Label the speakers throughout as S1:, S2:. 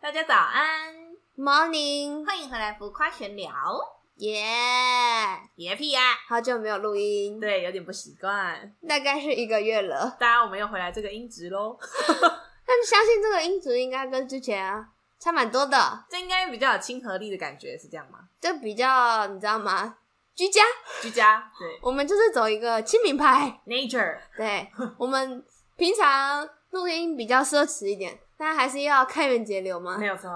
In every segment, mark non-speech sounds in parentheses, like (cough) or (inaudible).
S1: 大家早安，
S2: Morning，
S1: 欢迎回来浮夸闲聊。
S2: 耶、
S1: 别屁呀、
S2: 好久没有录音，
S1: 对，有点不习惯。
S2: 大概是一个月了。
S1: 大家，我们又回来这个音质喽，
S2: 但是相信这个音质应该跟之前、啊差蛮多的，
S1: 这应该比较有亲和力的感觉，是这样吗？
S2: 就比较你知道吗？居家，
S1: 居家，对
S2: 我们就是走一个亲民派。
S1: ，nature， (laughs)
S2: 对我们平常录音比较奢侈一点，但还是要开源节流嘛
S1: 没。有错，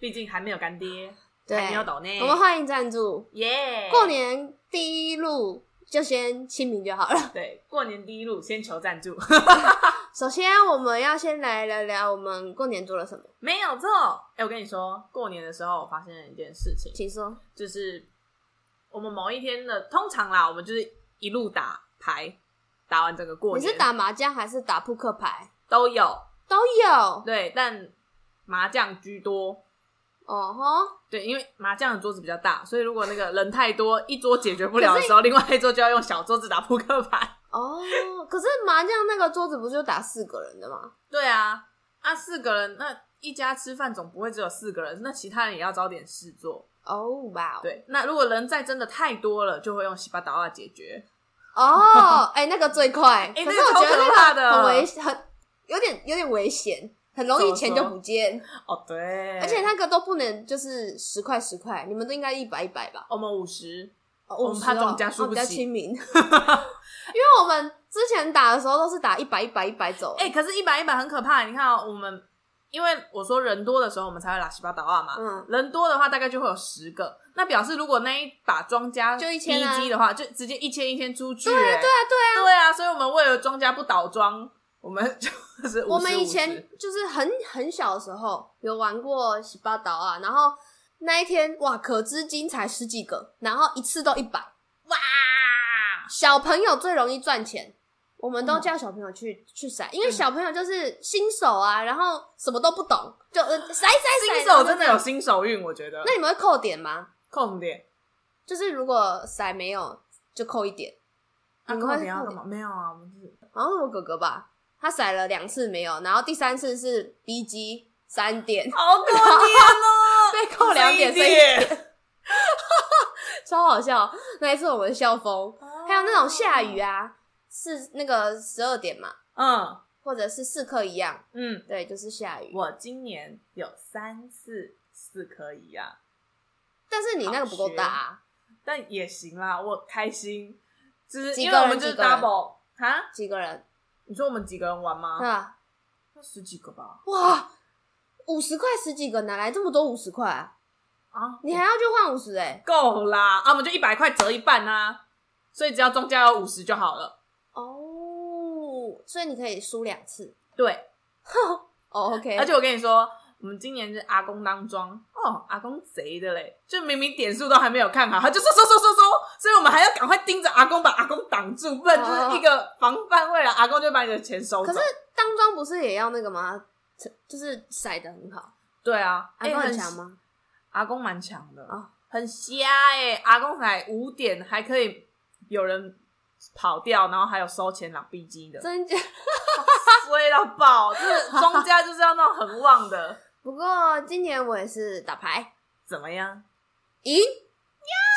S1: 毕竟还没有干爹，
S2: 对
S1: 还没有抖内，
S2: 我们欢迎赞助。
S1: 耶
S2: 过年第一录就先亲民就好了。
S1: 对，过年第一路先求赞助， (laughs)
S2: 首先，我们要先来聊聊我们过年做了什么，
S1: 没有错。哎、我跟你说，过年的时候我发现了一件事情，
S2: 请说。
S1: 就是我们某一天的，通常啦，我们就是一路打牌，打完整个过
S2: 你
S1: 年，
S2: 是打麻将还是打扑克牌？
S1: 都有
S2: 都有。
S1: 对，但麻将居多。
S2: 哦吼，
S1: 对，因为麻将的桌子比较大，所以如果那个人太多，一桌解决不了的时候，另外一桌就要用小桌子打扑克牌。
S2: 哦，可是麻将那个桌子不是就打四个人的吗？
S1: 对啊，啊，四个人那一家吃饭总不会只有四个人，那其他人也要找点事做。
S2: 哦哇哦，
S1: 对，那如果人再真的太多了，就会用洗把刀啊解决。
S2: 哦，哎、那个最
S1: (laughs)
S2: 快。
S1: 哎
S2: 可是
S1: 那
S2: 我
S1: 个
S2: 觉得
S1: 超可怕的
S2: 那个很危，很有点有点危险，很容
S1: 怎
S2: 易
S1: 么
S2: 钱
S1: 说
S2: 就不见，
S1: 哦，对，
S2: 而且那个都不能就是十块十块，你们都应该一百一百吧？
S1: 我们五十，
S2: 哦
S1: 我们怕
S2: 50哦
S1: 中家输
S2: 哦
S1: 不
S2: 比较
S1: 起 (laughs)
S2: 亲民，因为我们之前打的时候都是打一百一百一百走。
S1: 哎、可是，一百一百很可怕。你看、哦，我们因为我说人多的时候，我们才会拉西巴达二啊嘛。
S2: 嗯
S1: 人多的话，大概就会有十个。那表示，如果那一把庄家
S2: 就一千啊
S1: BG 的话，就直接一千一千出去、对啊，对啊，对啊，所以我们为了庄家不倒庄，我们就是50
S2: 我们以前
S1: 50
S2: 就是很很小的时候有玩过洗八岛啊，然后那一天哇，可资金才十几个，然后一次都一百，
S1: 哇，
S2: 小朋友最容易赚钱。我们都
S1: 嗯
S2: 叫小朋友去、去骰，因为
S1: 嗯
S2: 小朋友就是新手啊，然后什么都不懂，就呃骰骰骰。
S1: 新
S2: 然后
S1: 手
S2: 就
S1: 真的
S2: 这样
S1: 有新手运，我觉得
S2: 那你们会扣点吗？
S1: 空点。
S2: 就是如果骰没有就扣一点。
S1: 啊，
S2: 你
S1: 扣
S2: 们会
S1: 点要
S2: 扣
S1: 干嘛？没有啊，我们就是
S2: 好像是我哥哥吧，他骰了两次没有，然后第三次是 B G 三点，
S1: 好可怜哦， (laughs)
S2: 被扣两点，所以
S1: 点。
S2: 超好笑。那一次我们笑疯，还有那种下雨
S1: 啊，
S2: 啊，是那个十二点嘛，
S1: 嗯
S2: 或者是四课一样，
S1: 嗯，
S2: 对，就是下雨。
S1: 我今年有三次四颗一啊，
S2: 但是你那个不够大、啊，
S1: 但也行啦，我开心，就是
S2: 几
S1: 因
S2: 个
S1: 为
S2: 人
S1: 我们就是
S2: 几个人
S1: double 哈，
S2: 几个人？
S1: 你说我们几个人玩吗？
S2: 啊，
S1: 那十几个吧。
S2: 哇，五十块十几个，哪来这么多五十块啊？
S1: 啊，
S2: 你还要去换五十哎？
S1: 够啦啊，我们就一百块折一半啊，所以只要中间有五十就好了。
S2: 哦，所以你可以输两次。
S1: 对，
S2: 哦，OK，
S1: 而且我跟你说，我们今年是阿公当庄哦，阿公贼的嘞，就明明点数都还没有看好，他就说说说说说，所以我们还要赶快盯着阿公，把阿公挡住，不然就是一个防范未来，阿公就把你的钱收走。
S2: 哦可是当庄不是也要那个吗？就是骰的很好，
S1: 对啊，
S2: 阿公
S1: 欸
S2: 哎很强？吗？
S1: 阿公蛮强的
S2: 哦
S1: 很瞎哎、阿公才五点还可以有人跑掉，然后还有收钱拿 B G 的，
S2: 真假？
S1: 衰到爆！就是庄家就是要那种很旺的，
S2: 不过今年我也是打牌
S1: 怎么样？
S2: 赢，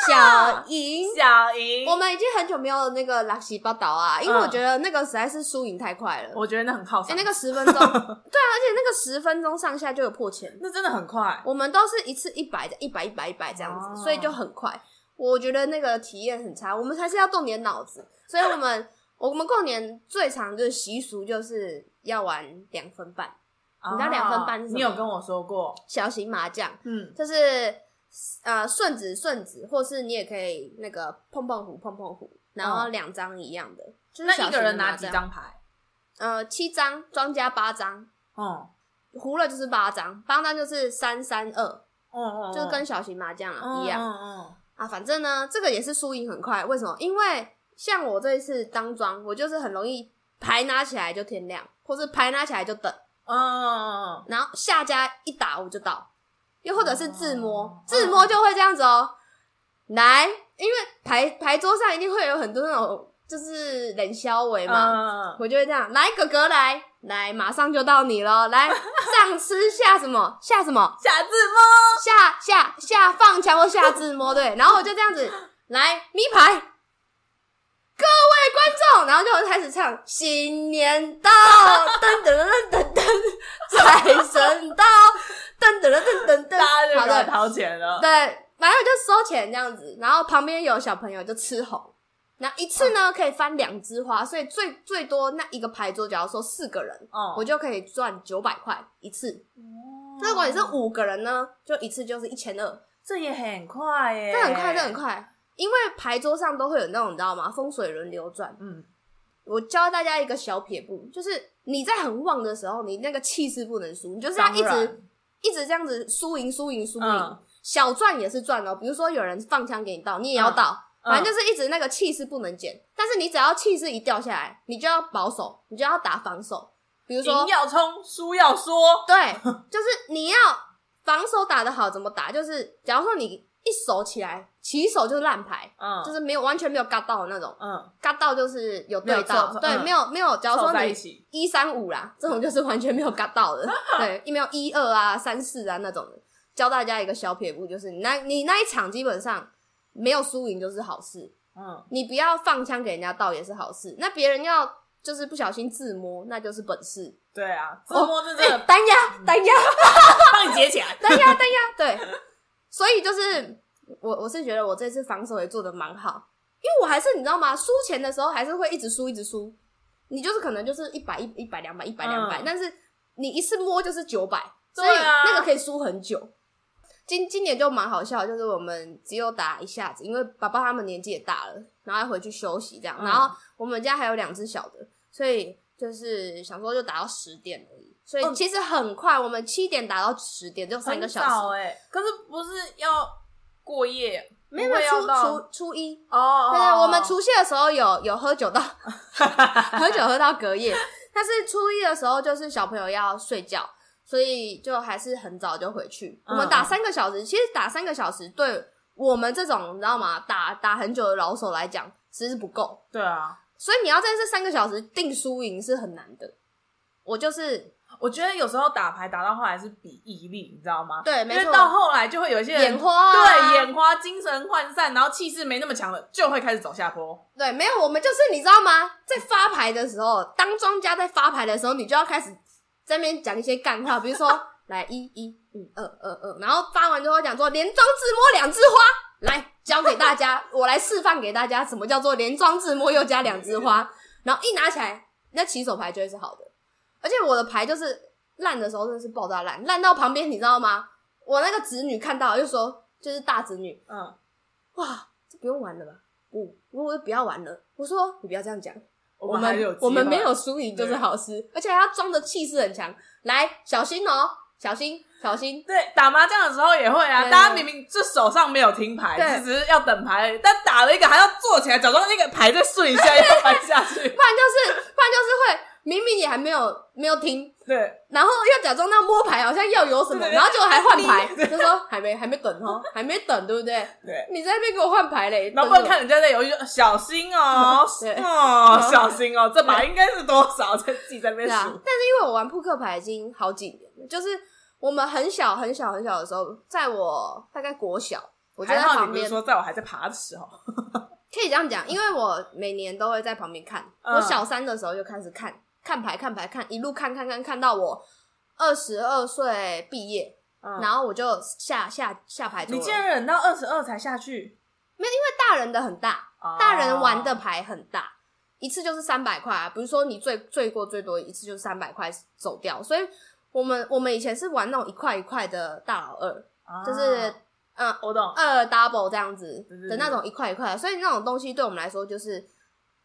S2: 小赢。
S1: 小赢，
S2: 我们已经很久没有那个拉西巴岛啊，因为
S1: 嗯
S2: 我觉得那个实在是输赢太快了。
S1: 我觉得那很靠
S2: 哎、
S1: 上，
S2: 那个十
S1: (laughs)
S2: 分钟，对啊，而且那个十分钟上下就有破千。
S1: 那真的很快。
S2: 我们都是一次一百的，一百一百一百这样子，
S1: 哦
S2: 所以就很快。我觉得那个体验很差，我们还是要动点脑子。所以我们我们过年最常就是习俗就是要玩两分半你知道
S1: 啊
S2: 两分半是什么
S1: 你有跟我说过，
S2: 小型麻将，
S1: 嗯，
S2: 就是呃顺子顺子，或是你也可以那个碰碰胡碰碰胡，然后两张一样的，就是
S1: 嗯那一
S2: 小型的
S1: 个人拿
S2: 麻
S1: 几
S2: 将？
S1: 张牌？
S2: 呃，七张，庄家八张，
S1: 哦，
S2: 胡了就是八张，八张就是三三二，
S1: 哦哦，
S2: 就跟小型麻将啊
S1: 哦
S2: 一样。
S1: 哦哦
S2: 啊，反正呢，这个也是输赢很快。为什么？因为像我这一次当庄，我就是很容易牌拿起来就天亮，或是牌拿起来就等，
S1: 哦哦，
S2: 然后下家一打我就倒，又或者是自摸，
S1: 哦嗯
S2: 自摸就会这样子哦、来，因为牌牌桌上一定会有很多那种就是冷消围
S1: 嗯
S2: 嘛，
S1: 嗯嗯
S2: 我就会这样，来哥哥来，来，马上就到你喽！来，上吃下什么？下什么？
S1: 下字幕，
S2: 下下下放枪或下自摸对，然后我就这样子来咪牌，各位观众，然后就开始唱新年到，噔噔噔噔噔，财神到，噔噔噔噔
S1: 大家
S2: 噔，
S1: 就
S2: 好
S1: 给我
S2: 的，
S1: 掏钱了。
S2: 对，反正我就收钱这样子，然后旁边有小朋友就吃红。那一次呢，可以翻两枝花，所以最最多那一个牌桌，假如说四个人，
S1: 哦
S2: 我就可以赚九百块一次。那如果你是五个人呢，就一次就是一千二，
S1: 这也很快耶，
S2: 这很快，这很。快。因为牌桌上都会有那种你知道吗？风水轮流转。
S1: 嗯，
S2: 我教大家一个小撇步，就是你在很旺的时候，你那个气势不能输，你就是要一
S1: 当然
S2: 直一直这样子输赢输赢输赢，
S1: 嗯
S2: 小赚也是赚哦。比如说有人放枪给你倒，你也要
S1: 嗯
S2: 倒，
S1: 嗯
S2: 反正就是一直那个气势不能减。但是你只要气势一掉下来，你就要保守，你就要打防守。比如说
S1: 赢要嗯冲，输要说，
S2: 对，就是你要防守打得好，怎么打？就是假如说你一手起来，起手就是烂牌，
S1: 嗯，
S2: 就是没有完全没有嘎到的那种，
S1: 嗯，
S2: 嘎到就是有
S1: 没
S2: 对
S1: 有
S2: 到，
S1: 凑凑
S2: 对，
S1: 嗯
S2: 没有没有。假如
S1: 凑
S2: 说
S1: 在一
S2: 你
S1: 起，
S2: 一三五啦，这种就是完全没有嘎
S1: (laughs)
S2: 到的，对，没有一二啊、三四啊那种的。教大家一个小撇步，就是你那你那一场基本上没有输赢就是好事，
S1: 嗯，
S2: 你不要放枪给人家倒也是好事。那别人要就是不小心自摸，那就是本
S1: (laughs)
S2: 事。
S1: 对啊，自摸这真
S2: 哎
S1: 的
S2: 单压单压
S1: 帮你解起来，
S2: 等一下，等一下，对，所以就是我我是觉得我这次防守也做的蛮好，因为我还是你知道吗？输钱的时候还是会一直输，一直输，你就是可能就是一百一一百两百一百两百，
S1: 嗯
S2: 但是你一次摸就是九百，所以
S1: 对啊
S2: 那个可以输很久。今今年就蛮好笑，就是我们只有打一下子，因为爸爸他们年纪也大了，然后要回去休息这样，
S1: 嗯
S2: 然后我们家还有两只小的，所以就是想说就打到十点而已，所以
S1: 嗯
S2: 其实很快，我们七点打到十点就 (laughs) 三个小时，
S1: 哎，可是不是要过夜？
S2: 没有没有
S1: 不会
S2: 初
S1: 要到
S2: 初初一，
S1: 哦，
S2: 对对，我们除夕的时候有有
S1: (laughs)
S2: 喝酒到喝酒喝到隔夜，但是初一的时候就是小朋友要睡觉，所以就还是很早就回去。我们打
S1: 嗯
S2: 三个小时，其实打三个小时对我们这种你知道吗？打打很久的老手来讲，其实是不够。
S1: 对啊，
S2: 所以你要在这三个小时定输赢是很难的。我就是
S1: 我觉得有时候打牌打到后来是比毅力，你知道吗？
S2: 对，
S1: 因
S2: 没
S1: 为
S2: 错，
S1: 到后来就会有一些人
S2: 眼花啊、
S1: 对眼花、精神涣散，然后气势没那么强了，就会开始走下坡。
S2: 对，没有，我们就是你知道吗？在发牌的时候，当庄家在发牌的时候，你就要开始在那边讲一些干话，比如说来一一五二二二，然后发完之后讲说连庄自摸两枝花，来教给大家，我来示范给大家什么叫做连庄自摸又加两枝花，然后一拿起来，那起手牌就会是好的，而且我的牌就是烂的时候真的是爆炸烂，烂到旁边你知道吗？我那个侄女看到就说，就是大侄女，
S1: 嗯，
S2: 哇，这不用玩了吧？不，我我就不要玩了。我说你不要这样讲，
S1: 我们还是有
S2: 们
S1: 机会
S2: 我们没有输赢就是好事，而且还要装的气势很强。来，小心哦，小心，小心。
S1: 对，打麻将的时候也会啊，
S2: 对
S1: 大家明明这手上没有听牌，
S2: 对
S1: 只只是要等牌而已，但打了一个还要坐起来，假装那个牌再顺一
S2: (laughs)
S1: 下，要翻下去
S2: 不。然就是，不然就是会明明也还没有没有听，
S1: 对，
S2: 然后要假装那摸牌好像要有什么，
S1: 对对对
S2: 然后就还换牌，
S1: 对
S2: 就说还没还没等哦，还没等，对不对？
S1: 对
S2: 你在那边给我换牌嘞，
S1: 然后不
S2: 等
S1: 能
S2: 我
S1: 看人家在犹豫，就小心
S2: (laughs)
S1: 哦，
S2: 对
S1: 哦，小心哦，这把应该是多少？在自己在那边
S2: 对啊，
S1: 数。
S2: 但是因为我玩扑克牌已经好几年了，就是我们很小很小很小的时候，在我大概国小，我就在
S1: 还好你
S2: 旁
S1: 不是
S2: 边，
S1: 说在我还在爬的时候，
S2: 可以这样讲，因为我每年都会在旁边看。
S1: 嗯
S2: 我小三的时候就开始看看牌看牌看，一路看看看看到我二十二岁毕业，
S1: 嗯，
S2: 然后我就下下下牌桌
S1: 你
S2: 了。
S1: 竟然忍到二十二才下去，
S2: 大人的很大，
S1: 哦
S2: 大人玩的牌很大，一次就是三百块啊。比如说你最最过最多一次就是三百块走掉，所以我们我们以前是玩那种一块一块的大老二，
S1: 啊
S2: 就是嗯
S1: 我懂，
S2: 二 double 这样子
S1: 对对
S2: 的那种一块一块的，所以那种东西对我们来说就是。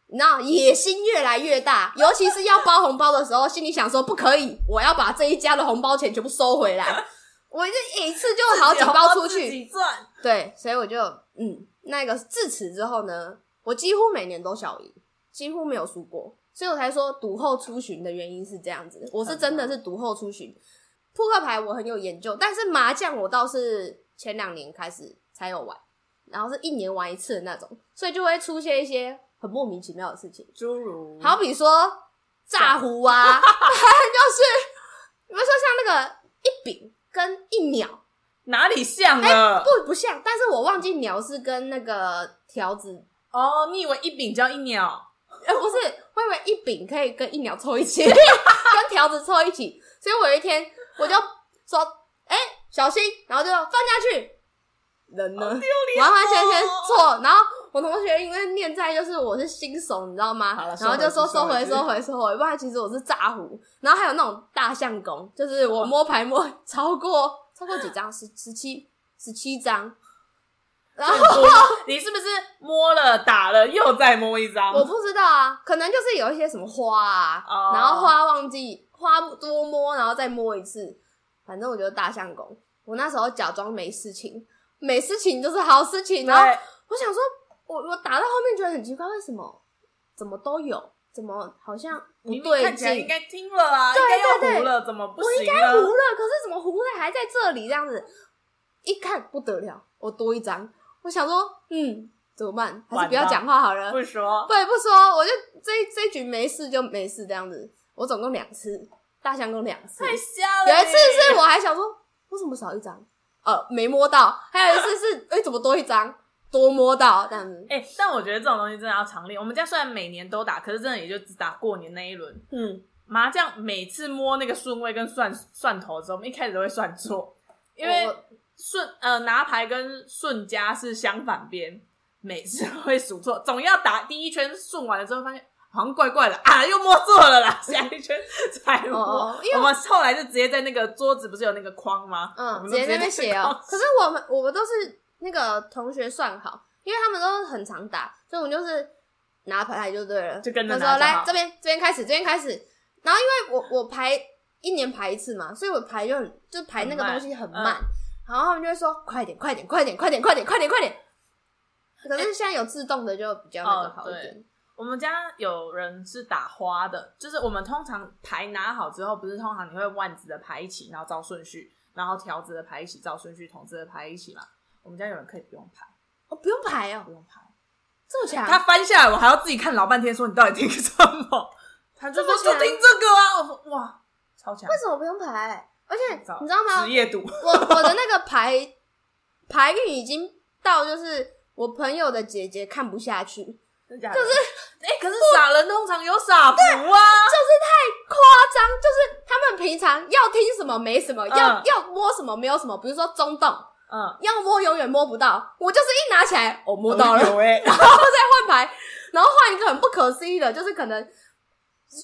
S2: 你知道野心越来越大，尤其是要包红包的时候，心里想说不可以，我要把这一家的红包钱全部收回来。我就一次就好几包出去
S1: 自，己赚，
S2: 对，所以我就嗯，那个自此之后呢，我几乎每年都小赢，几乎没有输过，所以我才说赌后出巡的原因是这样子，我是真的是赌后出巡。扑克牌我很有研究，但是麻将我倒是前两年开始才有玩，然后是一年玩一
S1: 嗯
S2: 次的那种，所以就会出现一些很莫名其妙的事情，
S1: 诸如
S2: 好比说炸糊啊， (laughs) 就是比如说像那个一饼跟一鸟，
S1: 哪里像了？
S2: 哎不不像，但是我忘记鸟是跟那个条子，
S1: 哦，你以为一饼叫一鸟？ (laughs)
S2: 呃，不是，我以为一饼可以跟一鸟凑一起，跟条子凑一起，所以我有一天我就说，哎、小心，然后就放下去，人呢？
S1: 哦
S2: 完完全全错。然后我同学因为念在就是我是新手，你知道吗？
S1: 好了
S2: 然后就说
S1: 收
S2: 收
S1: 回
S2: 回
S1: 去
S2: 收回收回，不然其实我是炸胡。然后还有那种大相公，就是我摸牌摸超过超过几张，十十七十七张。然后
S1: 你是不是摸了打了又再摸一张？
S2: 我不知道啊，可能就是有一些什么花啊，
S1: 哦
S2: 然后花忘记花多摸，然后再摸一次。反正我觉得大相公，我那时候假装没事情，没事情就是好事情。然后
S1: 对，
S2: 我想说，我我打到后面觉得很奇怪，为什么怎么都有，怎么好像不
S1: 明明
S2: 对
S1: 看起来应
S2: 劲？
S1: 该听了啊，应该要糊了，怎么不
S2: 我应
S1: 行啊
S2: 该糊
S1: 呢？
S2: 了，可是怎么糊在还在这里这样子？一看不得了，我多一张。我想说，嗯，怎么办？还是不要
S1: 完蛋
S2: 讲话好了。
S1: 不说，
S2: 对，不说， (laughs) 我就这一这一局没事就没事这样子。我总共两次，大象共两次。
S1: 太瞎了！
S2: 有一次是我还想说，我怎么少一张？呃，没摸到。还有一次是， (laughs) 哎、怎么多一张？多摸到这样子。
S1: 哎、但我觉得这种东西真的要常练。我们家虽然每年都打，可是真的也就只打过年那一轮。
S2: 嗯，
S1: 麻将每次摸那个顺位跟算算头的时候，我们一开始都会算错，因为
S2: 我
S1: 顺呃拿牌跟顺家是相反边，每次都会数错，总要打第一圈顺完了之后发现。好像怪怪的啊，又摸错了啦，下一圈才摸。
S2: 哦因为
S1: 我们后来就直接在那个桌子不是有那个框吗？我
S2: 嗯，
S1: 们都
S2: 直接在那边
S1: 边
S2: 写哦。 (laughs) 可是我们我们都是那个同学算好，因为他们都很常打，所以我们就是拿牌就对了，
S1: 就跟着
S2: 他
S1: 拿
S2: 说
S1: 就好
S2: 来这边这边开始这边开始，然后因为我我排一年排一次嘛，所以我排就很就排那个
S1: 很慢嗯
S2: 东西很慢，然后他们就会说快点快点快点快点快点快点快点。可是现在有自动的就比较那个
S1: 哎哦
S2: 好一点，
S1: 我们家有人是打花的，就是我们通常牌拿好之后，不是通常你会万子的牌一起，然后照顺序，然后条子的牌一起照顺序，筒子的牌一起嘛。我们家有人可以不用牌，
S2: 哦不用排哦
S1: 不，用牌，
S2: 这么强，
S1: 他翻下来我还要自己看老半天，说你到底听什
S2: (laughs)
S1: 么？他就说
S2: 这么
S1: 就
S2: 强
S1: 听这个啊，我说哇，超强
S2: 为，什么不用排？而且
S1: 早
S2: 你知道吗
S1: 职？业赌，
S2: 我我的那个牌牌运已经到，就是我朋友的姐姐看不下去，
S1: 真假的？可是哎、可是傻人通常有傻福啊，
S2: 夸张，就是他们平常要听什么没什么，要、
S1: 嗯
S2: 要摸什么没有什么，比如说中洞，
S1: 嗯，
S2: 要摸永远摸不到，我就是一拿起来，我、欸摸到了，
S1: 有哎、
S2: 换牌，然后换一个很不可思议的，就是可能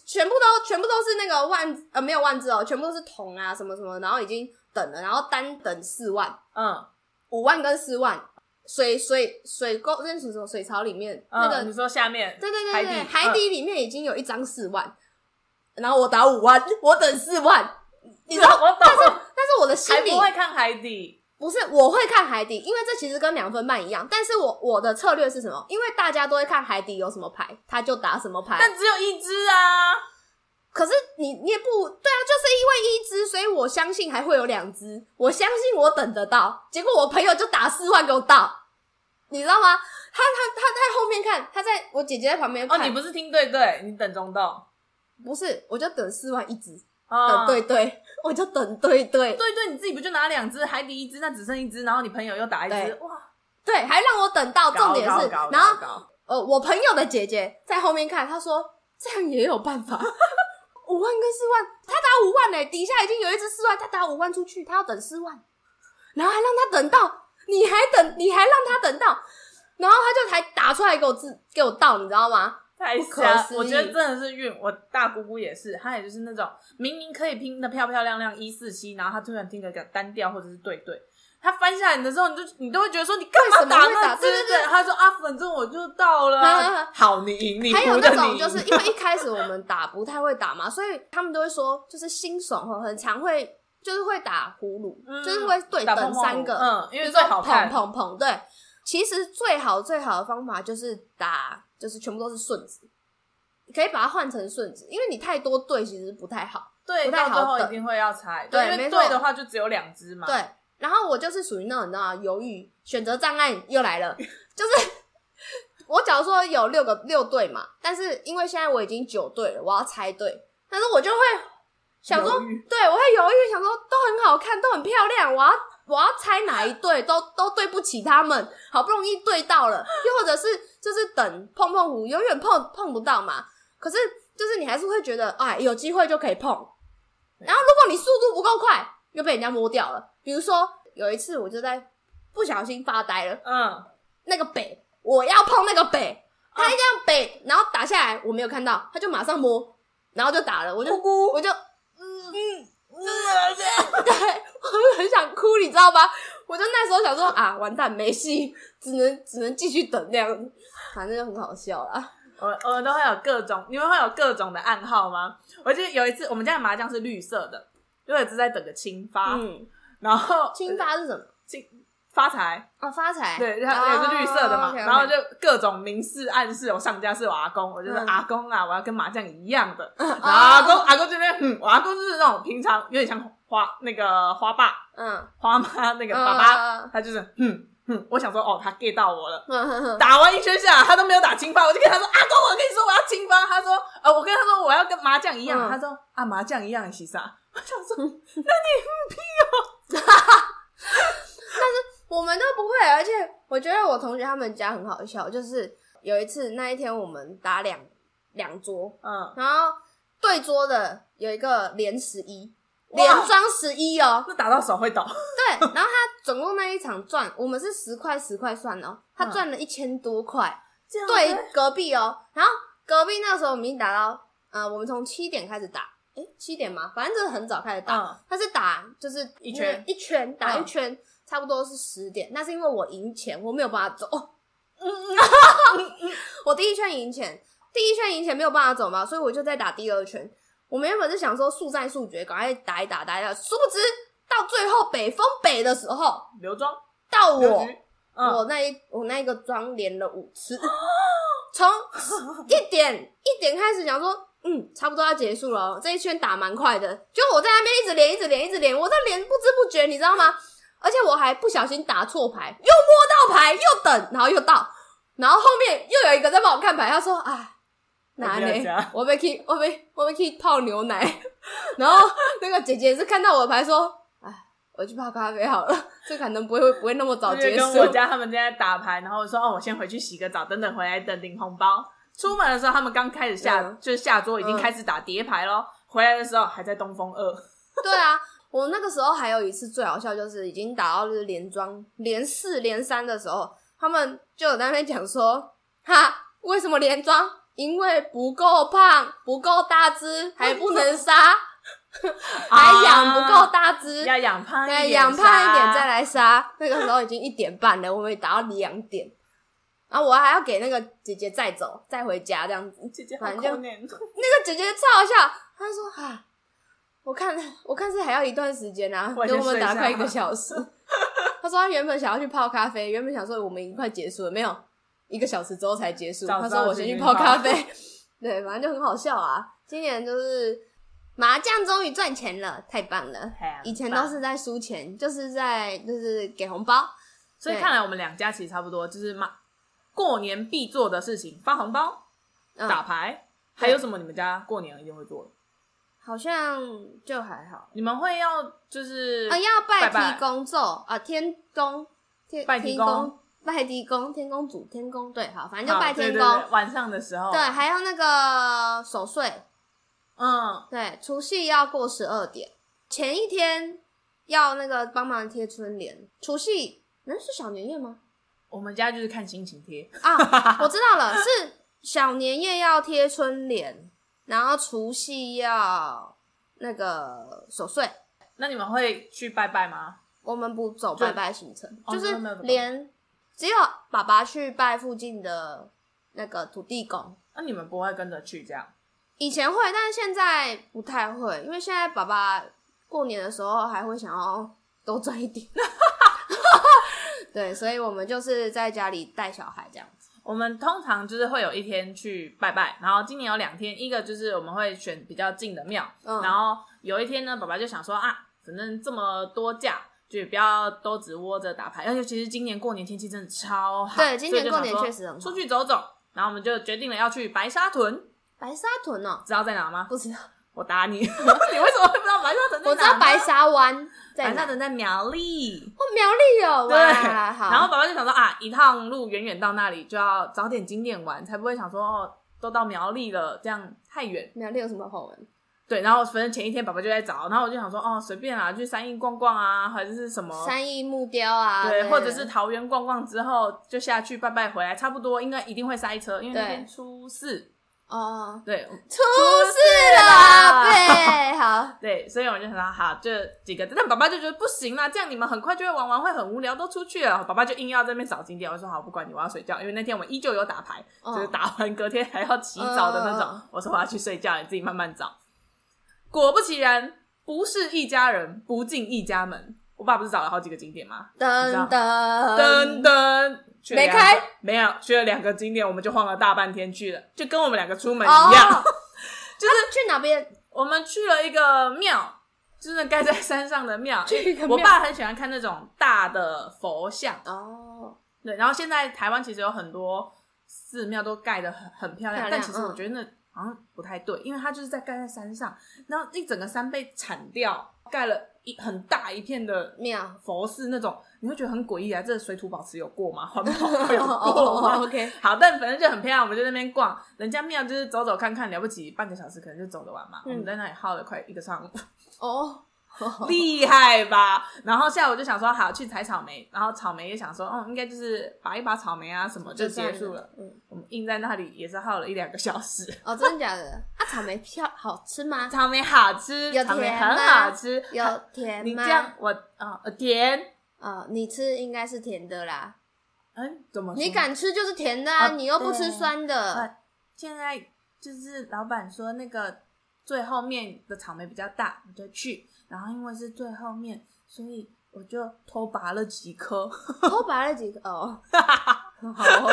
S2: 全部都全部都是那个万呃没有万字哦，全部都是铜啊什么什么，然后已经等了，然后单等四万，
S1: 嗯
S2: 五万跟四万，水水水沟那是什么水槽里面、
S1: 嗯，
S2: (laughs) 那个，
S1: 你说下面
S2: 对对对
S1: 海
S2: 对，
S1: 底嗯
S2: 海底里面已经有一张四万，然后我打五万，我等四
S1: (laughs)
S2: 万，你知道？
S1: 我
S2: 但是
S1: 懂，
S2: 但是我的心
S1: 还
S2: 里
S1: 不会看海底。
S2: 不是我会看海底，因为这其实跟两分半一样，但是我我的策略是什么？因为大家都会看海底有什么牌，他就打什么牌，
S1: 但只有一只啊！
S2: 可是你你也不对啊，就是因为一只，所以我相信还会有两只，我相信我等得到。结果我朋友就打四万给我到，你知道吗？他他他在后面看，他在我姐姐在旁边
S1: 哦，
S2: 看，
S1: 你不是听对对，你等中洞，
S2: 不是，我就等四万一只，
S1: 啊
S2: 等对对，我就等对对
S1: 对对，你自己不就拿两只，海底一只，那只剩一只，然后你朋友又打一只
S2: 对，
S1: 哇！
S2: 对，还让我等到。重点是，
S1: 高高高
S2: 然后
S1: 高
S2: 呃，我朋友的姐姐在后面看，她说这样也有办法，五万跟四万，他打五万呢、底下已经有一只四万，他打五万出去，他要等四万，然后还让他等到，你还等，你还让他等到，然后他就还打出来给我字给我到，你知道吗？
S1: 太
S2: 不可
S1: 瞎
S2: 思！议
S1: 我觉得真的是运。我大姑姑也是，她也就是那种明明可以拼的漂漂亮亮一四七，然后她突然听个单调或者是对对。她翻下来你的时候，你就你都会觉得说你干
S2: 为什
S1: 嘛
S2: 么会打
S1: 那只？
S2: 对对对
S1: 她说啊，反正我就到了
S2: (laughs)
S1: 啊。好，你赢，你
S2: 还有
S1: 胡
S2: 那
S1: 的
S2: 种
S1: 你
S2: 就是因为一开始我们打不太会打嘛，所以他们都会说就是新手吼很常会就是会打葫芦，
S1: 嗯
S2: 就是会对
S1: 打碰
S2: 等
S1: 碰
S2: 三个，
S1: 嗯，因
S2: 比
S1: 为
S2: 如说
S1: 最好看，
S2: 砰砰砰，对。其实最好最好的方法就是打，就是全部都是顺子，你可以把它换成顺子，因为你太多对其实不太好。
S1: 对，
S2: 不
S1: 到
S2: 太好
S1: 最后一
S2: 等
S1: 定会要猜，
S2: 对
S1: 因
S2: 没
S1: 为
S2: 错
S1: 对的话就只有两只嘛。
S2: 对，然后我就是属于那种你知道吗？犹豫、选择障碍又来了，就是 (laughs) 我假如说有六个六队嘛，但是因为现在我已经九队了，我要猜对，但是我就会想说
S1: 犹，豫
S2: 对我会犹豫，想说都很好看，都很漂亮，我要我要猜哪一队，都都对不起他们，好不容易对到了，又或者是就是等碰碰胡，永远碰碰不到嘛，可是就是你还是会觉得，哎，有机会就可以碰，然后如果你速度不够快，又被人家摸掉了。比如说有一次我就在不小心发呆了。
S1: 嗯，
S2: 那个北，我要碰那个北，
S1: 啊
S2: 他一这样北，然后打下来，我没有看到，他就马上摸，然后就打了，我就
S1: 咕咕
S2: 我就
S1: 嗯，
S2: (laughs) 对，我很想哭，你知道吗？我就那时候想说啊，完蛋，没戏，只能只能继续等那样子，反正就很好笑啦。
S1: 我我都会有各种，你们会有各种的暗号吗？我记得有一次我们家的麻将是绿色的，因为只在等个青发，
S2: 嗯，
S1: 然后
S2: 青发是什么？
S1: 青发财。
S2: 哦，发财，
S1: 对，它也是绿色的嘛。
S2: 哦，OK，OK
S1: 然后就各种明示暗示，我上家是我阿公，我就是
S2: 嗯哦
S1: 阿公啊，我要跟麻将一样的。然后阿公阿公这边，嗯，我阿公就是那种平常有点像花那个花爸
S2: 嗯
S1: 花妈那个爸爸，
S2: 爸，
S1: 他就是嗯嗯，我想说哦，他 get 到我了。
S2: 嗯
S1: 打完一圈下来，他都没有打清发，我就跟他说：“阿公，我跟你说我要清发。”他说：“呃，我跟他说我要跟麻将一样。
S2: 嗯
S1: 他说：“啊，麻将一样，其实啊。”我想说，
S2: 我们都不会，而且我觉得我同学他们家很好笑，就是有一次那一天我们打两两桌，
S1: 嗯，
S2: 然后对桌的有一个连十一，
S1: 哇
S2: 连庄十一哦，
S1: 那打到手会抖。
S2: 对，然后他总共那一场赚，我们是十块十块算哦，他
S1: 嗯
S2: 赚了一千多块，
S1: 这样
S2: 对
S1: 子
S2: 隔壁哦，然后隔壁那时候我们已经打到，呃，我们从七点开始打，诶，七点吗？反正就是很早开始打，
S1: 嗯
S2: 他是打就是
S1: 一圈
S2: 一圈打
S1: 嗯
S2: 一圈，差不多是十点。那是因为我赢钱，我没有办法走。 (laughs) 嗯我第一圈赢钱，第一圈赢钱没有办法走嘛，所以我就在打第二圈。我们原本是想说速战速决，赶快打一打打一打，殊不知到最后北风北的时候，
S1: 刘庄，
S2: 到
S1: 刘
S2: 我
S1: 局嗯
S2: 我那一我那一个庄连了五次，
S1: (laughs)
S2: 从一点一点开始讲说，嗯，差不多要结束了哦，这一圈打蛮快的，就我在那边一直连，一直连，一直连，我在连不知不觉，你知道吗？而且我还不小心打错牌，又摸到牌，又等，然后又到，然后后面又有一个在帮我看牌，他说，哎。
S1: 我
S2: 哪
S1: 不要
S2: 里
S1: 加？
S2: 我被 k 我被我被 k 泡牛奶， (laughs) 然后那个姐姐是看到我的牌说：“哎，我去泡咖啡好了，这可能不会不会那么早
S1: 就是
S2: 结束。”
S1: 跟我家他们在打牌，然后我说哦，我先回去洗个澡，等等回来等领红包。出门的时候，他们刚开始下，
S2: 嗯
S1: 就是下桌已经
S2: 嗯
S1: 开始打叠牌咯。回来的时候还在东风 (laughs) 二，
S2: 对啊，我那个时候还有一次最好笑，就是已经打到就是连庄连四连三的时候，他们就有在那边讲说，哈，为什么连庄？因为不够胖，不够大只，还不能杀，还养不够大只，
S1: 啊要养胖一点，
S2: (laughs) 对，养胖一点再
S1: 来。
S2: 来杀。那个时候已经一点半了，我们也打到两点，然后我还要给那个姐姐载走，再回家这样子。
S1: 姐姐好
S2: 反正
S1: 可怜，哦 (laughs)
S2: 那个姐姐超好笑，她说啊，我看我看是还要一段时间啊，
S1: 我先
S2: 等我们打快
S1: 睡一
S2: 一
S1: 下
S2: 个小时。 (laughs) 她说她原本想要去泡咖啡，原本想说我们已经快结束了，没有一个小时之后才结束。
S1: 早
S2: 她
S1: 知道
S2: 说我
S1: 就
S2: 先去
S1: 去
S2: 泡
S1: 泡
S2: 咖啡， (laughs) 对，反正就很好笑啊。今年就是麻将终于赚钱了，太棒了！以前都
S1: 很棒。
S2: 是在输钱，就是在就是给红包，
S1: 所以看来我们两家其实差不多，就是嘛，过年必做的事情，发红包、
S2: 嗯、
S1: 打牌，还有什么你们家过年一定会做的？
S2: 好像就还好。
S1: 你们会要就是
S2: 啊，要拜
S1: 拜拜
S2: 提公咒啊，天公天
S1: 拜地
S2: 天
S1: 公
S2: 公拜地公天公主天公对，好，反正就
S1: 好
S2: 拜
S1: 对
S2: 天
S1: 对
S2: 公，
S1: 对晚上的时候，
S2: 对，还有那个守岁，
S1: 嗯，
S2: 对，除夕要过十二点，前一天要那个帮忙贴春联，除夕嗯是小年夜吗？
S1: 我们家就是看心情贴， (laughs)
S2: 啊，我知道了，是小年夜要贴春联，然后除夕要那个守岁。
S1: 那你们会去拜拜吗？
S2: 我们不走
S1: 就
S2: 拜拜行程，
S1: 哦
S2: 就是
S1: 那没有走
S2: 连只有爸爸去拜附近的那个土地公。
S1: 那你们不会跟着去这样？
S2: 以前会，但是现在不太会，因为现在爸爸过年的时候还会想要多赚
S1: (laughs)
S2: 一点。对，所以我们就是在家里带小孩这样子。
S1: 我们通常就是会有一天去拜拜，然后今年有两天，一个就是我们会选比较近的庙，
S2: 嗯，
S1: 然后有一天呢，爸爸就想说啊，反正这么多假，就也不要都只窝着打牌，而且其实今年过年天气真的超好，
S2: 对今
S1: 所
S2: 年
S1: 以就想
S2: 过年
S1: 说
S2: 确实很好
S1: 出去走走，然后我们就决定了要去白沙屯，
S2: 白沙屯哦、
S1: 知道在哪吗？
S2: 不知道，
S1: 我打你，你为 (laughs) 什么会不知道白沙屯在哪呢？
S2: 我知道白沙湾在
S1: 白
S2: 哪
S1: 沙，屯在苗栗。
S2: 哦，苗栗哦，
S1: 对，
S2: 哇，好，
S1: 然后爸爸就想说啊，一趟路远远到那里就要早点景点玩，才不会想说哦，都到苗栗了，这样太远。
S2: 苗栗有什么好玩？
S1: 对，然后反正前一天爸爸就在找，然后我就想说哦，随便啊，去三义逛逛啊，还是什么。
S2: 三义木雕啊，
S1: 对，或者是
S2: 对
S1: 桃园逛逛之后就下去拜拜回来，差不多应该一定会塞车，因为那
S2: 对
S1: 天初四，
S2: 哦，
S1: 对
S2: 出事了，对，好，
S1: 对，所以我就想到好这几个，但爸爸就觉得不行啦，这样你们很快就会玩完，会很无聊，都出去了。爸爸就硬要在那边找景点，我就说好，不管你，我要睡觉，因为那天我依旧有打牌，
S2: 嗯
S1: 就是打完隔天还要洗澡的那种。
S2: 嗯
S1: 我说我要去睡觉，你自己慢慢找。果不其然，不是一家人，不进一家门。我爸不是找了好几个景点吗？你知道
S2: 噔
S1: 噔
S2: 噔，
S1: 噔，去了
S2: 嗯没
S1: 两个
S2: 开，
S1: 没有去了两个景点，我们就晃了大半天去了，就跟我们两个出门
S2: 哦
S1: 一样。
S2: 就是去哪边？
S1: 我们去了一个庙，就是盖在山上的庙。
S2: 去一个
S1: 我
S2: 庙
S1: 爸很喜欢看那种大的佛像，
S2: 哦，
S1: 对。然后现在台湾其实有很多寺庙都盖的很很漂亮，
S2: 漂亮
S1: 但其实
S2: 嗯
S1: 我觉得那好像不太对，因为它就是在盖在山上，然后一整个山被铲掉，盖了一很大一片的
S2: 庙。
S1: 佛寺那种，你会觉得很诡异啊！这水土保持有过吗？环保
S2: 哦 (laughs)
S1: 会有过吗 (laughs)
S2: 哦，OK，
S1: 好，但反正就很漂亮，我们就在那边逛，人家庙就是走走看看，了不起半个小时可能就走得完嘛。
S2: 嗯
S1: 我们在那里耗了快一个上午，
S2: 哦，
S1: (laughs) 厉害吧？然后下午就想说好去采草莓，然后草莓也想说，嗯，应该就是拔一拔草莓啊什么就结束了。。
S2: 嗯，
S1: 我们硬在那里也是耗了一两个小时。 (laughs)
S2: 哦，真的假的？啊，草莓票好吃吗？
S1: 草莓好吃，
S2: 有
S1: 草莓
S2: 甜
S1: 很
S2: 吗
S1: 好吃。
S2: 有甜
S1: 你
S2: 吗？
S1: 这样我啊、呃甜，
S2: 哦，你吃应该是甜的啦。
S1: 嗯，怎么说
S2: 你敢吃就是甜的
S1: 啊
S2: 啊，你又不
S1: 对
S2: 吃酸的。
S1: 呃，现在就是老板说那个最后面的草莓比较大，我就去。然后因为是最后面，所以我就偷拔了几颗。
S2: 我拔了几个哦。好哦，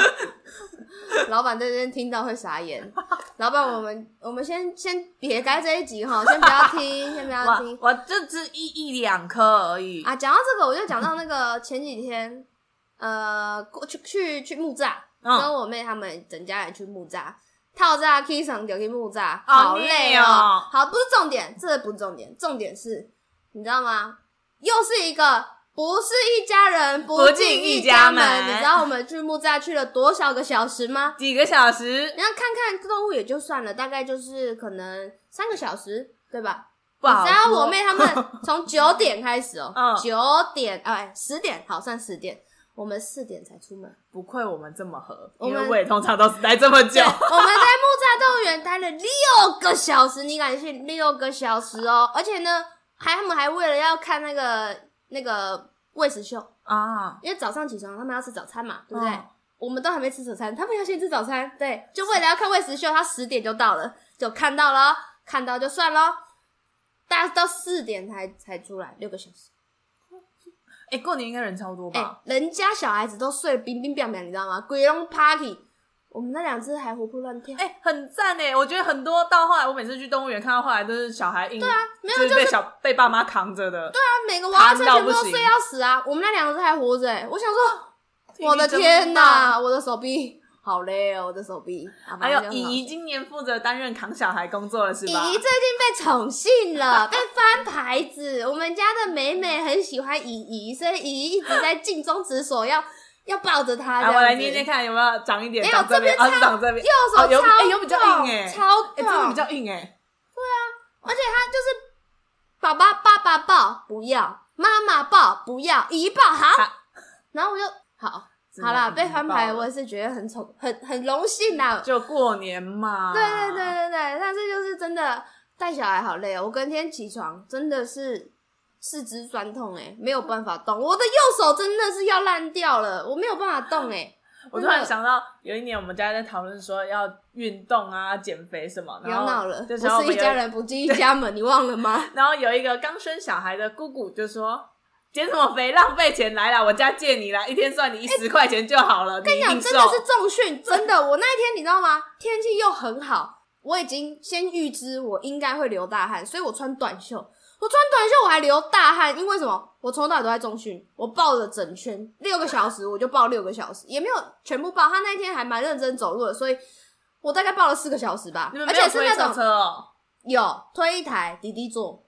S2: 老板在这边听到会傻眼。老板，我们我们先先别开这一集哈，先不要听，先不要
S1: 我
S2: 听
S1: 我就只一一两颗而已。
S2: 啊。讲到这个，我就讲到那个前几天，呃，过去去去木栅，跟
S1: 嗯，
S2: 我妹他们整家人去木栅，套炸 K 上就去木栅，
S1: 好
S2: 好累
S1: 累哦
S2: 好，不是重点，这不是重点，重点是，你知道吗？又是一个不是一家人，
S1: 不
S2: 进
S1: 进
S2: 一
S1: 一
S2: 家
S1: 家门
S2: 你知道我们去木栅去了多少个小时吗？
S1: 几个小时
S2: 你要看看动物也就算了，大概就是可能三个小时，对吧？
S1: 不好
S2: 你知道
S1: 说
S2: 我妹他们从九点开始哦、
S1: (laughs) 嗯
S2: 九、点哎十点好算十点，我们四点才出门。
S1: 不愧我们这么合，
S2: 我
S1: 因为
S2: 们
S1: 我也通常都是待这么久
S2: 对，。我们在木栅动物园待了六个小时，你敢信？六个小时哦！而且呢，还他们还为了要看那个那个喂食秀，
S1: (laughs) 啊，
S2: 因为早上起床他们要吃早餐嘛，对不对？
S1: 嗯
S2: 我们都还没吃早餐，他们要先吃早餐，对，就为了要看喂食秀，他十点就到了，就看到了哦，看到就算了哦，大家到四点才才出来，六个小时。
S1: 哎、过年应该人超多
S2: 哎、
S1: 吧？
S2: 人家小孩子都睡得冰冰凉凉，你知道吗？鬼龙 party，我们那两只还活蹦乱跳。
S1: 哎、很赞哎！我觉得很多到后来，我每次去动物园看到后来都是小孩硬，对啊，
S2: 没有
S1: 就是被小被爸妈扛着的。对啊，
S2: 每个娃娃车
S1: 瘫到
S2: 全部
S1: 不
S2: 都
S1: 行
S2: 睡要死啊！我们那两个还活着、欸，我想
S1: (laughs)
S2: 说，我的天哪，我的手臂好累哦，我的手臂。啊
S1: 还有
S2: 反正就很好
S1: 姨姨今年负责担任扛小孩工作了，是吧？
S2: 姨姨最近被宠幸了， (laughs) 被翻牌子。我们家的美美很喜欢姨姨，所以姨姨一直在尽忠职守，要要抱着她。
S1: 来，
S2: 这样
S1: 啊我来
S2: 子
S1: 念念看有没有长一点，
S2: 没有
S1: 长这边，
S2: 这边
S1: 啊，是长这边，
S2: 右手超
S1: 哦有
S2: 痛，
S1: 哎有比较硬哎
S2: 超
S1: 哎，真
S2: 痛，
S1: 的比较硬哎，
S2: 而且他就是爸爸爸爸抱不要，妈妈抱不要，姨抱好
S1: 好。
S2: 然后我就好，
S1: 真的
S2: 好啦，
S1: 很
S2: 被翻牌
S1: 棒
S2: 我也是觉得很宠，很很荣幸啦。
S1: 就啊过年嘛。
S2: 对对对，对对，但是就是真的带小孩好累哦，我隔天起床真的是。四肢酸痛哎、没有办法动，我的右手真的是要烂掉了，我没有办法动哎、 (laughs)
S1: 我突然想到有一年我们家在讨论说要运动啊、减肥什么，
S2: 不
S1: 然
S2: 要
S1: 后
S2: 闹了，
S1: 这
S2: 不
S1: 时候我
S2: 是
S1: 们
S2: 一
S1: 有
S2: 家人不进一家门，你忘了吗？
S1: 然后有一个刚生小孩的姑姑就说。减什么肥，浪费钱！来啦，我家借你啦，一天算你一十块钱就好了。
S2: 跟
S1: 你
S2: 你
S1: 一定
S2: 讲，
S1: 瘦
S2: 真的是重训， (laughs) 真的。我那一天你知道吗？天气又很好，我已经先预知我应该会流大汗，所以我穿短袖。我穿短袖我还流大汗，因为什么？我从头到尾都在中训，我报了整圈六个小时，我就报六个小时，也没有全部报。他那一天还蛮认真走路的，所以我大概报了四个小时吧
S1: 你，们
S2: 而
S1: 没有
S2: 且是
S1: 推
S2: 那
S1: 车
S2: 种
S1: 车哦，
S2: 有推一台滴滴坐，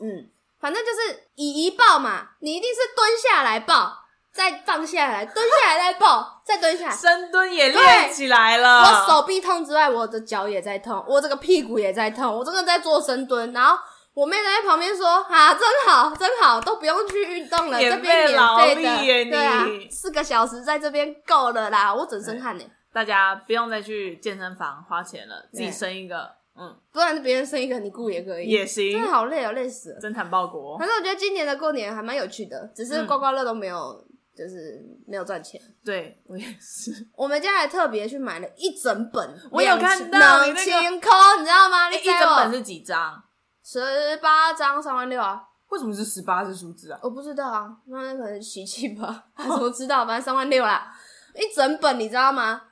S2: 嗯，反正就是以一抱嘛，你一定是蹲下来抱，再放下来，蹲下来再抱，再蹲下来。
S1: 深蹲也练起来了。
S2: 我手臂痛之外，我的脚也在痛，我这个屁股也在痛，我这个在做深蹲，然后。我妹在旁边说：“啊，真好，真好，都不用去运动了，
S1: 免
S2: 这边
S1: 费劳
S2: 免费
S1: 力耶
S2: 的，对啊
S1: 你，
S2: 四个小时在这边够了啦，我整身汗呢、
S1: 大家不用再去健身房花钱了，自己
S2: 对
S1: 生一个，嗯，
S2: 不然别人生一个你雇也可以，
S1: 也行
S2: 真，的好嗯累哦，累死了。
S1: 真哦惨报国。
S2: 反正我觉得今年的过年还蛮有趣的，只是
S1: 嗯
S2: 刮刮乐都没有，就是没有赚钱。
S1: 对我也是，
S2: 我们家还特别去买了一整本两千，
S1: 我有看到你那个
S2: 两千块，你知道吗？
S1: 哎，
S2: 你
S1: 一整本
S2: 是
S1: 是几张？
S2: 十八张三万六啊，
S1: 为什么是十八这数字啊？
S2: 我不知道啊，那可能喜气
S1: (laughs)
S2: 吧，还是我知道，反正三万六啦，一整本你知道吗？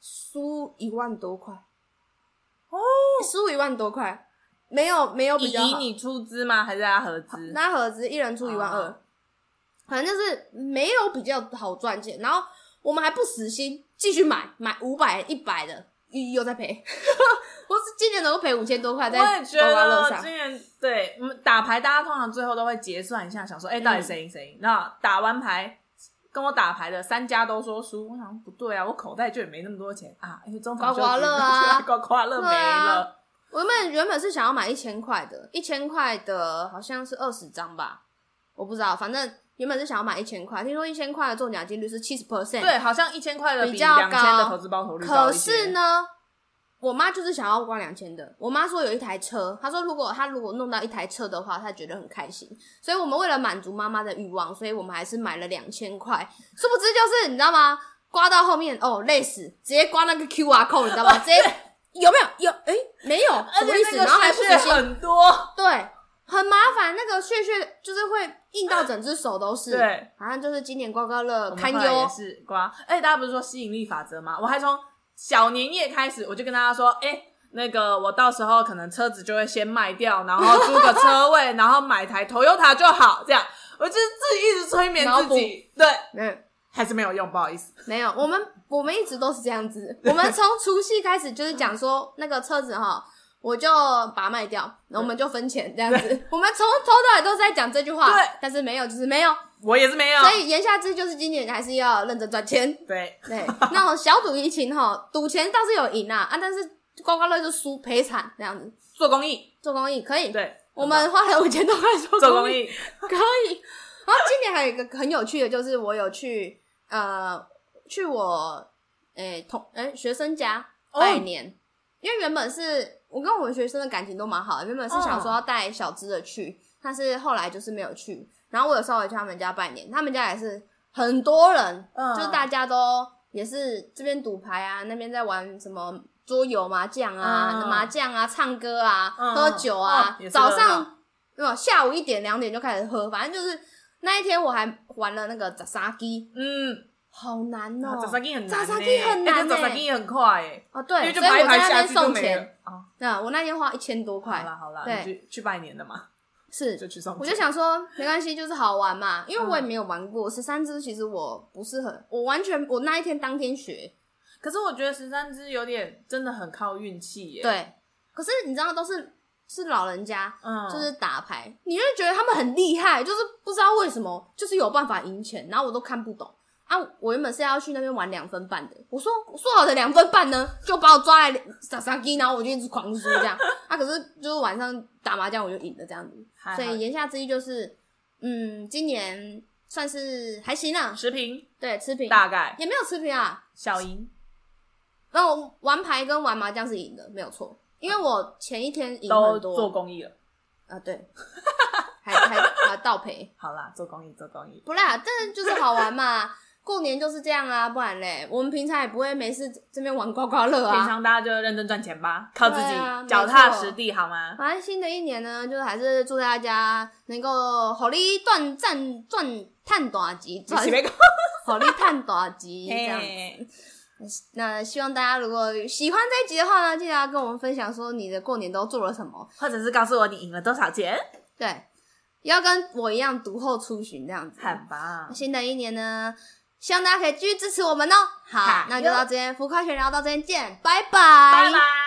S2: 输一万多块
S1: 哦，
S2: 输一万多块，没有没有比
S1: 以
S2: 较好。
S1: 以你出资吗？还是他合资？
S2: 那合资一人出一万二、
S1: 哦
S2: 反正就是没有比较好赚钱。然后我们还不死心，继续买，买五百、一百的，又又在赔。 (laughs) 我是今年能够赔五千多块在
S1: 我也觉
S2: 刮刮乐
S1: 得啊
S2: 上
S1: 今，年对，嗯，打牌大家通常最后都会结算一下，想说，哎、
S2: 嗯
S1: 到底谁赢谁赢？那、打完牌，跟我打牌的三家都说输，我想不对啊，我口袋就也没那么多钱啊，因为中场
S2: 刮刮
S1: 休息 (laughs)
S2: 乐啊
S1: 刮刮乐没
S2: 对啊
S1: 了，
S2: 我们原本是想要买一千块的，一千块的好像是二十张吧，我不知道，反正原本是想要买一千块，听说一千块的中奖几率是七十 percent，
S1: 对，好像一千块的
S2: 比较
S1: 两千的
S2: 高
S1: 投资报酬率高
S2: 可
S1: 一些
S2: 是，呢，我妈就是想要刮两千的。我妈说有一台车，她说如果她如果弄到一台车的话，她觉得很开心。所以我们为了满足妈妈的欲望，所以我们还是买了两千块。殊不知就是你知道吗？刮到后面哦，累死，直接刮那个 QR code，你知道吗？直接 (laughs) 有没有有？哎、没有，
S1: 而且
S2: 什么意思？
S1: 那
S2: 然后还
S1: 个
S2: 不
S1: 血
S2: 死
S1: 血
S2: 心，
S1: 很多，
S2: 对，很麻烦。那个血血就是会硬到整只手都 (laughs) 是。，
S1: 对，
S2: 反正就是今年刮刮
S1: 我
S2: 乐
S1: 们
S2: 堪
S1: 后来也
S2: 忧。
S1: 是刮。而且大家不是说吸引力法则吗？我还从小年夜开始，我就跟大家说，哎、那个我到时候可能车子就会先卖掉，然后租个车
S2: (laughs)
S1: 位，然后买台 Toyota 就好，这样。我就是自己一直催眠
S2: 脑
S1: 自
S2: 补
S1: 己，对，
S2: 嗯。
S1: 还是没有用，不好意思。
S2: 没有，我们我们一直都是这样子。我们从除夕开始就是讲说那个车子哈，我就把它卖掉，然后我们就分钱这样子。我们从头到尾都是在讲这句话，
S1: 对，
S2: 但是没有就是没有。
S1: 我也是没有，
S2: 所以言下之意就是今年还是要认真赚钱。
S1: 对，
S2: 对，那种小赌怡情哈，赌钱倒是有赢啊啊，但是刮刮乐就输赔惨这样子。
S1: 做公益，
S2: 做公益可以，
S1: 对，
S2: 我们花了五千多块做
S1: 做公
S2: 益。
S1: 益，
S2: 可以。然后今年还有一个很有趣的，就是我有去呃去我诶、同诶、学生家
S1: 哦
S2: 拜年，因为原本是我跟我们学生的感情都蛮好的，原本是想说要带小资的去，但是后来就是没有去。然后我有稍微去他们家拜年，他们家也是很多人，
S1: 嗯
S2: 就是大家都也是这边赌牌啊，那边在玩什么桌游麻将啊、
S1: 嗯
S2: 麻将啊、唱歌啊、
S1: 嗯
S2: 喝酒啊，
S1: 嗯也是
S2: 早
S1: 热闹
S2: 上没有，下午一点两点就开始喝，反正就是那一天我还玩了那个扎沙鸡，
S1: 嗯，
S2: 好难哦、
S1: 扎萨基很难欸，
S2: 扎萨基很难欸
S1: 哎这扎萨基很快欸，
S2: 哦
S1: 因
S2: 对，
S1: 为就
S2: 所以
S1: 排一
S2: 我
S1: 排
S2: 在那
S1: 下
S2: 边
S1: 去就
S2: 送
S1: 没了
S2: 钱，。
S1: 啊，
S2: 那我那天花一千多
S1: 好
S2: 块，
S1: 啦好啦，
S2: 对，
S1: 你去去拜年的嘛，就是去送钱。
S2: 我就想说没关系，就是好玩嘛，因为
S1: 嗯
S2: 我也没有玩过十三只，其实我不是很，我完全我那一天当天学，
S1: 可是我觉得十三只有点真的很靠运气耶。，
S2: 对，可是你知道都是是老人家，
S1: 嗯，
S2: 就是打牌，你就会觉得他们很厉害，就是不知道为什么，就是有办法赢钱，然后我都看不懂啊。我原本是要去那边玩两分半的，我说说好的两分半呢，就把我抓来傻傻鸡，然后我就一直狂输这样啊。可是就是晚上打麻将我就赢了这样子，
S1: 啊还好
S2: 所以言下之意就是，嗯，今年算是还行啊，
S1: 持平
S2: 对，持平，
S1: 大概
S2: 也没有持平啊。
S1: 小赢
S2: 然后我玩牌跟玩麻将是赢的，没有错，因为我前一天赢
S1: 都
S2: 很多，
S1: 做公益了。
S2: 啊，对，还还还倒赔，
S1: 好啦，做公益做公益，
S2: 不啦，但是就是好玩嘛， (laughs) 过年就是这样啊，不然嘞，我们平常也不会没事这边玩刮刮乐
S1: 平
S2: 啊。
S1: 常大家就认真赚钱吧，靠自己
S2: 对啊，
S1: 脚踏实地好
S2: (laughs)
S1: 吗？
S2: 反正新的一年呢，就是还是祝大家能够好利赚赚赚赚大钱，
S1: 你
S2: 赚
S1: (laughs) 是别讲
S2: (laughs) 好利赚大钱这样子。
S1: 嘿
S2: 那希望大家如果喜欢这一集的话呢，记得要跟我们分享说你的过年都做了什么。
S1: 或者是告诉我你赢了多少钱，
S2: 对，要跟我一样读后出巡这样子。
S1: 很棒，
S2: 新的一年呢，希望大家可以继续支持我们哦。好，
S1: 好
S2: 那就
S1: 哟
S2: 到这边，浮夸闲聊到这边见，拜
S1: 拜拜。